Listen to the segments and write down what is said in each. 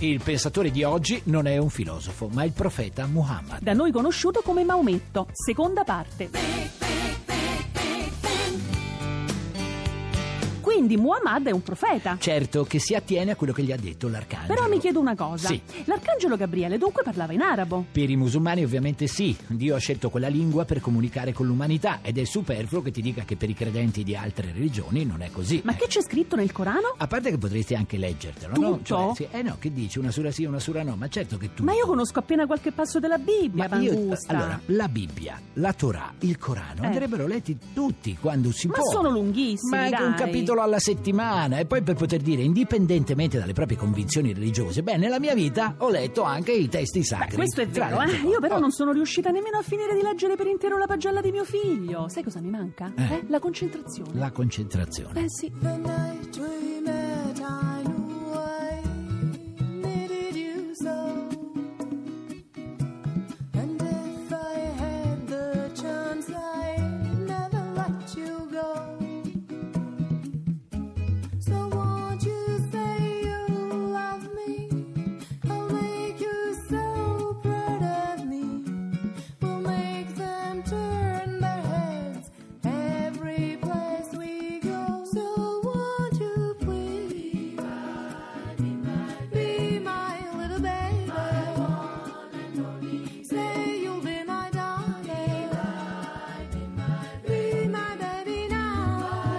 Il pensatore di oggi non è un filosofo, ma il profeta Muhammad. da noi conosciuto come Maometto, seconda parte. Quindi Muhammad è un profeta. Certo che si attiene a quello che gli ha detto l'arcangelo. Però mi chiedo una cosa. Sì. L'arcangelo Gabriele dunque parlava in arabo. Per i musulmani ovviamente sì, Dio ha scelto quella lingua per comunicare con l'umanità ed è superfluo che ti dica che per i credenti di altre religioni non è così. Ma che c'è scritto nel Corano? A parte che potresti anche leggertelo, no? Tutto? Cioè, sì, eh no, che dici? Una sura sì, una sura no, ma certo che tu. Ma io conosco appena qualche passo della Bibbia, Ma io- Mangusta. allora, la Bibbia, la Torah, il Corano Eh. andrebbero letti tutti quando si Ma può. sono lunghissimi, Ma anche un dai. capitolo alla settimana. E poi per poter dire, indipendentemente dalle proprie convinzioni religiose, beh, nella mia vita ho letto anche i testi sacri. Beh, questo è Tra vero, le altre eh. cose. Io però Oh, non sono riuscita nemmeno a finire di leggere per intero la pagella di mio figlio. Sai cosa mi manca? Eh. La concentrazione. La concentrazione. Eh sì. The night we met, I knew I needed you so. And if I had the chance, I'd never let you go. So won't you say you love me? I'll make you so proud of me. We'll make them turn their heads every place we go. So won't you please be my little baby? Say you'll be my darling. Be my baby now.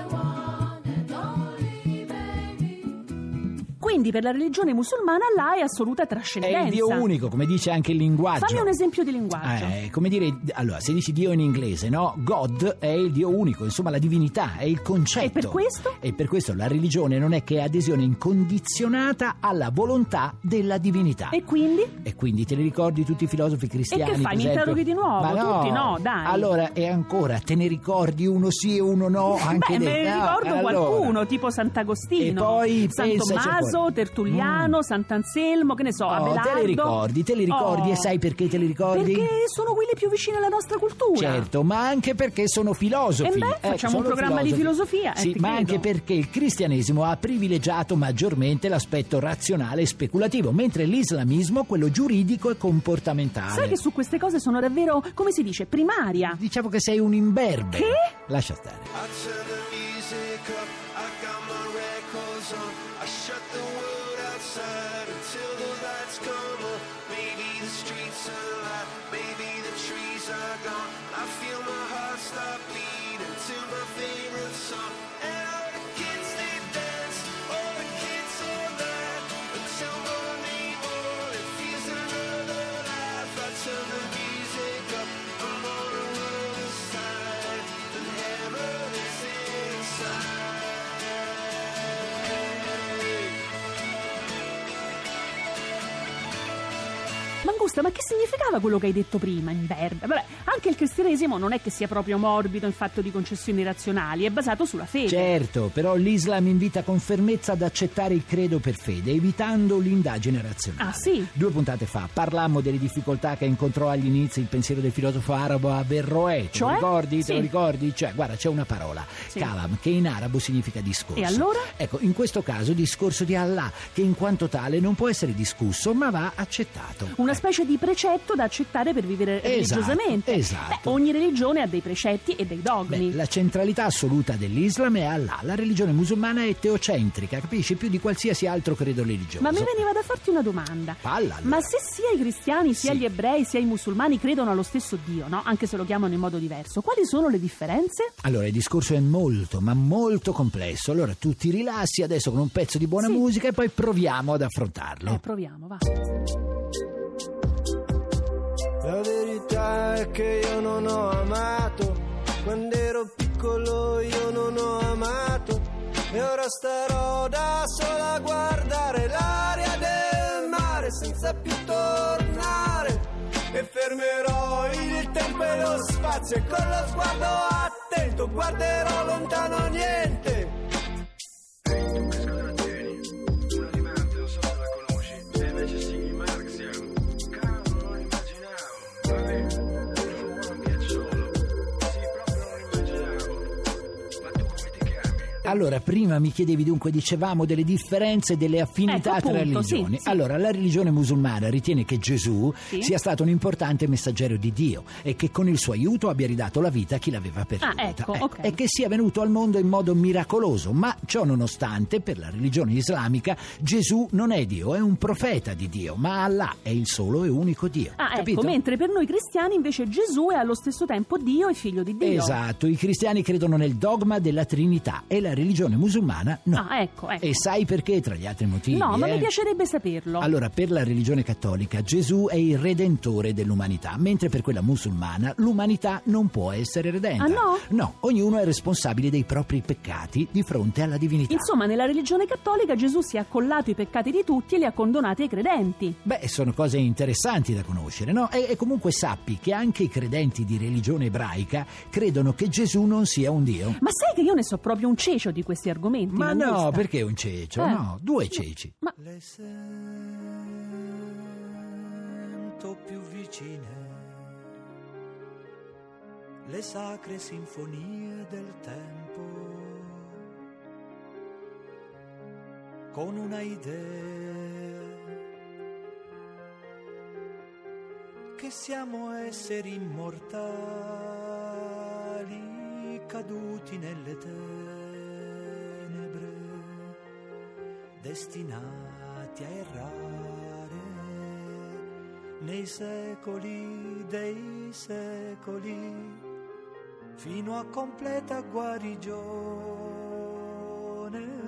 Quindi per la religione musulmana là è assoluta trascendenza. È il Dio unico, come dice anche il linguaggio. Eh, Fammi un esempio di linguaggio. Eh, come dire, allora, se dici Dio in inglese, no? God è il Dio unico, insomma la divinità, è il concetto. E per questo? E per questo la religione non è che adesione incondizionata alla volontà della divinità. E quindi? E quindi te li ricordi tutti i filosofi cristiani? E che fai, per mi esempio? interroghi di nuovo? Ma no. Tutti no, dai. Allora, e ancora, te ne ricordi uno sì e uno no? Anche Beh, me dei- ne no, ricordo allora. qualcuno, tipo Sant'Agostino, E poi San pensaci Tommaso, ancora. Tertulliano, Sant'Anselmo, che ne so, Mm. Oh, Abelardo. te li ricordi, te li ricordi Oh. e sai perché te li ricordi? Perché sono quelli più vicini alla nostra cultura. Certo, ma anche perché sono filosofi. E beh, Eh, facciamo sono un programma di filosofi. filosofia, eh, Sì, ti ma credo. anche perché il cristianesimo ha privilegiato maggiormente l'aspetto razionale e speculativo, mentre l'islamismo quello giuridico e comportamentale. Sai che su queste cose sono davvero, come si dice, primaria. Diciamo che sei un imberbe. Che? Lascia stare. I turn the music up, I got my records on. I shut the world outside until the lights come on. Maybe the streets are alive, maybe the trees are gone. I feel my heart stop beating to my favorite song. And all the kids they dance, all the kids all that. Until morning on, it feels another life. I turn the music up, I'm on a roll this time. The hammer is inside. Mangusta, ma che significava quello che hai detto prima, in verba? Vabbè, anche il cristianesimo non è che sia proprio morbido in fatto di concessioni razionali, è basato sulla fede. Certo, però l'Islam invita con fermezza ad accettare il credo per fede, evitando l'indagine razionale. Ah, sì? Due puntate fa parlammo delle difficoltà che incontrò agli inizi il pensiero del filosofo arabo Averroè. Te Cioè? lo ricordi? Sì. Te lo ricordi? Cioè, guarda, c'è una parola, Sì. kalam, che in arabo significa discorso. E allora? Ecco, in questo caso discorso di Allah, che in quanto tale non può essere discusso, ma va accettato. Una Ecco. specie di precetto da accettare per vivere Esatto, religiosamente. Beh, esatto. ogni religione ha dei precetti e dei dogmi. Beh, la centralità assoluta dell'Islam è Allah. La religione musulmana è teocentrica, capisci? Più di qualsiasi altro credo religioso. Ma mi veniva da farti una domanda. Falla, allora. Ma se sia i cristiani, sia Sì. gli ebrei, sia i musulmani credono allo stesso Dio, no? Anche se lo chiamano in modo diverso, quali sono le differenze? Allora, il discorso è molto, ma molto complesso. Allora, tu ti rilassi adesso con un pezzo di buona Sì. musica e poi proviamo ad affrontarlo. Eh, proviamo, va. La verità è che io non ho amato quando ero piccolo. piccolo io non ho amato e ora starò da sola a guardare l'aria del mare senza più tornare e fermerò il tempo e lo spazio e con lo sguardo attento guarderò lontano niente Allora, prima mi chiedevi dunque, dicevamo delle differenze, delle affinità Ecco, tra appunto, sì, religioni. sì. Allora, la religione musulmana ritiene che Gesù Sì. sia stato un importante messaggero di Dio e che con il suo aiuto abbia ridato la vita a chi l'aveva perduta. ecco, ok. E che sia venuto al mondo in modo miracoloso, ma ciò nonostante, per la religione islamica, Gesù non è Dio, è un profeta di Dio, ma Allah è il solo e unico Dio. Ah, Capito? ecco, mentre per noi cristiani invece Gesù è allo stesso tempo Dio e figlio di Dio. Esatto, i cristiani credono nel dogma della Trinità e la religione musulmana no. Ah, ecco, ecco. E sai perché, tra gli altri motivi? no, ma eh? mi piacerebbe saperlo. Allora, per la religione cattolica Gesù è il redentore dell'umanità, mentre per quella musulmana l'umanità non può essere redenta. Ah, no? No, ognuno è responsabile dei propri peccati di fronte alla divinità. Insomma, nella religione cattolica Gesù si è accollato i peccati di tutti e li ha condonati ai credenti. Beh, sono cose interessanti da conoscere, no? E, e comunque sappi che anche i credenti di religione ebraica credono che Gesù non sia un Dio. Ma sai che io ne so proprio un cecio di questi argomenti? Ma no, Mangusta? perché un cecio? Eh. No, due ceci. Le sento più vicine le sacre sinfonie del tempo con una idea che siamo esseri immortali caduti nelle tenebre destinati a errare nei secoli dei secoli fino a completa guarigione.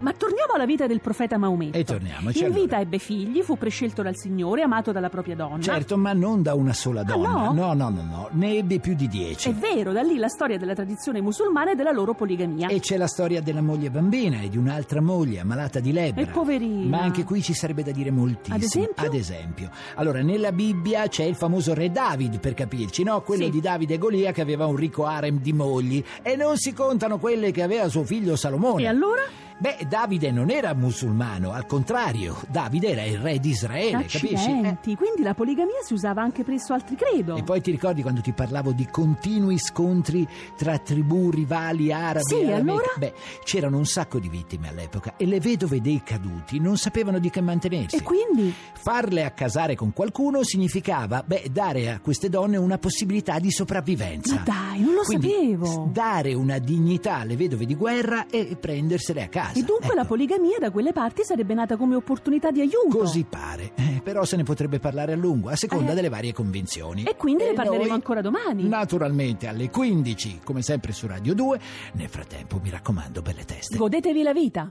Ma torniamo alla vita del profeta Maometto. E certo. torniamoci, In allora. vita ebbe figli, fu prescelto dal Signore, amato dalla propria donna. Certo, ma non da una sola donna. no? no, no, no, no. Ne ebbe più di dieci. È vero, da lì la storia della tradizione musulmana e della loro poligamia. E c'è la storia della moglie bambina e di un'altra moglie ammalata di lebbra. E poverina. Ma anche qui ci sarebbe da dire moltissimo. Ad esempio? Ad esempio. Allora, nella Bibbia c'è il famoso re David, per capirci, no? Quello Sì. di Davide e Golia che aveva un ricco harem di mogli. E non si contano quelle che aveva suo figlio Salomone. E allora? Beh, Davide non era musulmano, al contrario, Davide era il re di Israele, capisci? Eh, Accidenti, quindi la poligamia si usava anche presso altri credo. e poi ti ricordi quando ti parlavo di continui scontri tra tribù rivali arabe? Sì, arabe? allora? Beh, c'erano un sacco di vittime all'epoca e le vedove dei caduti non sapevano di che mantenersi. E quindi? Farle accasare con qualcuno significava, beh, dare a queste donne una possibilità di sopravvivenza. Ma dai, non lo Quindi, sapevo. s- dare una dignità alle vedove di guerra e prendersele a casa. E dunque Ecco. la poligamia da quelle parti sarebbe nata come opportunità di aiuto. Così pare, Eh, però se ne potrebbe parlare a lungo, a seconda Eh. delle varie convenzioni. E quindi ne parleremo Eh, noi, ancora domani. Naturalmente alle 15, come sempre su Radio 2. Nel frattempo, mi raccomando, belle teste. Godetevi la vita.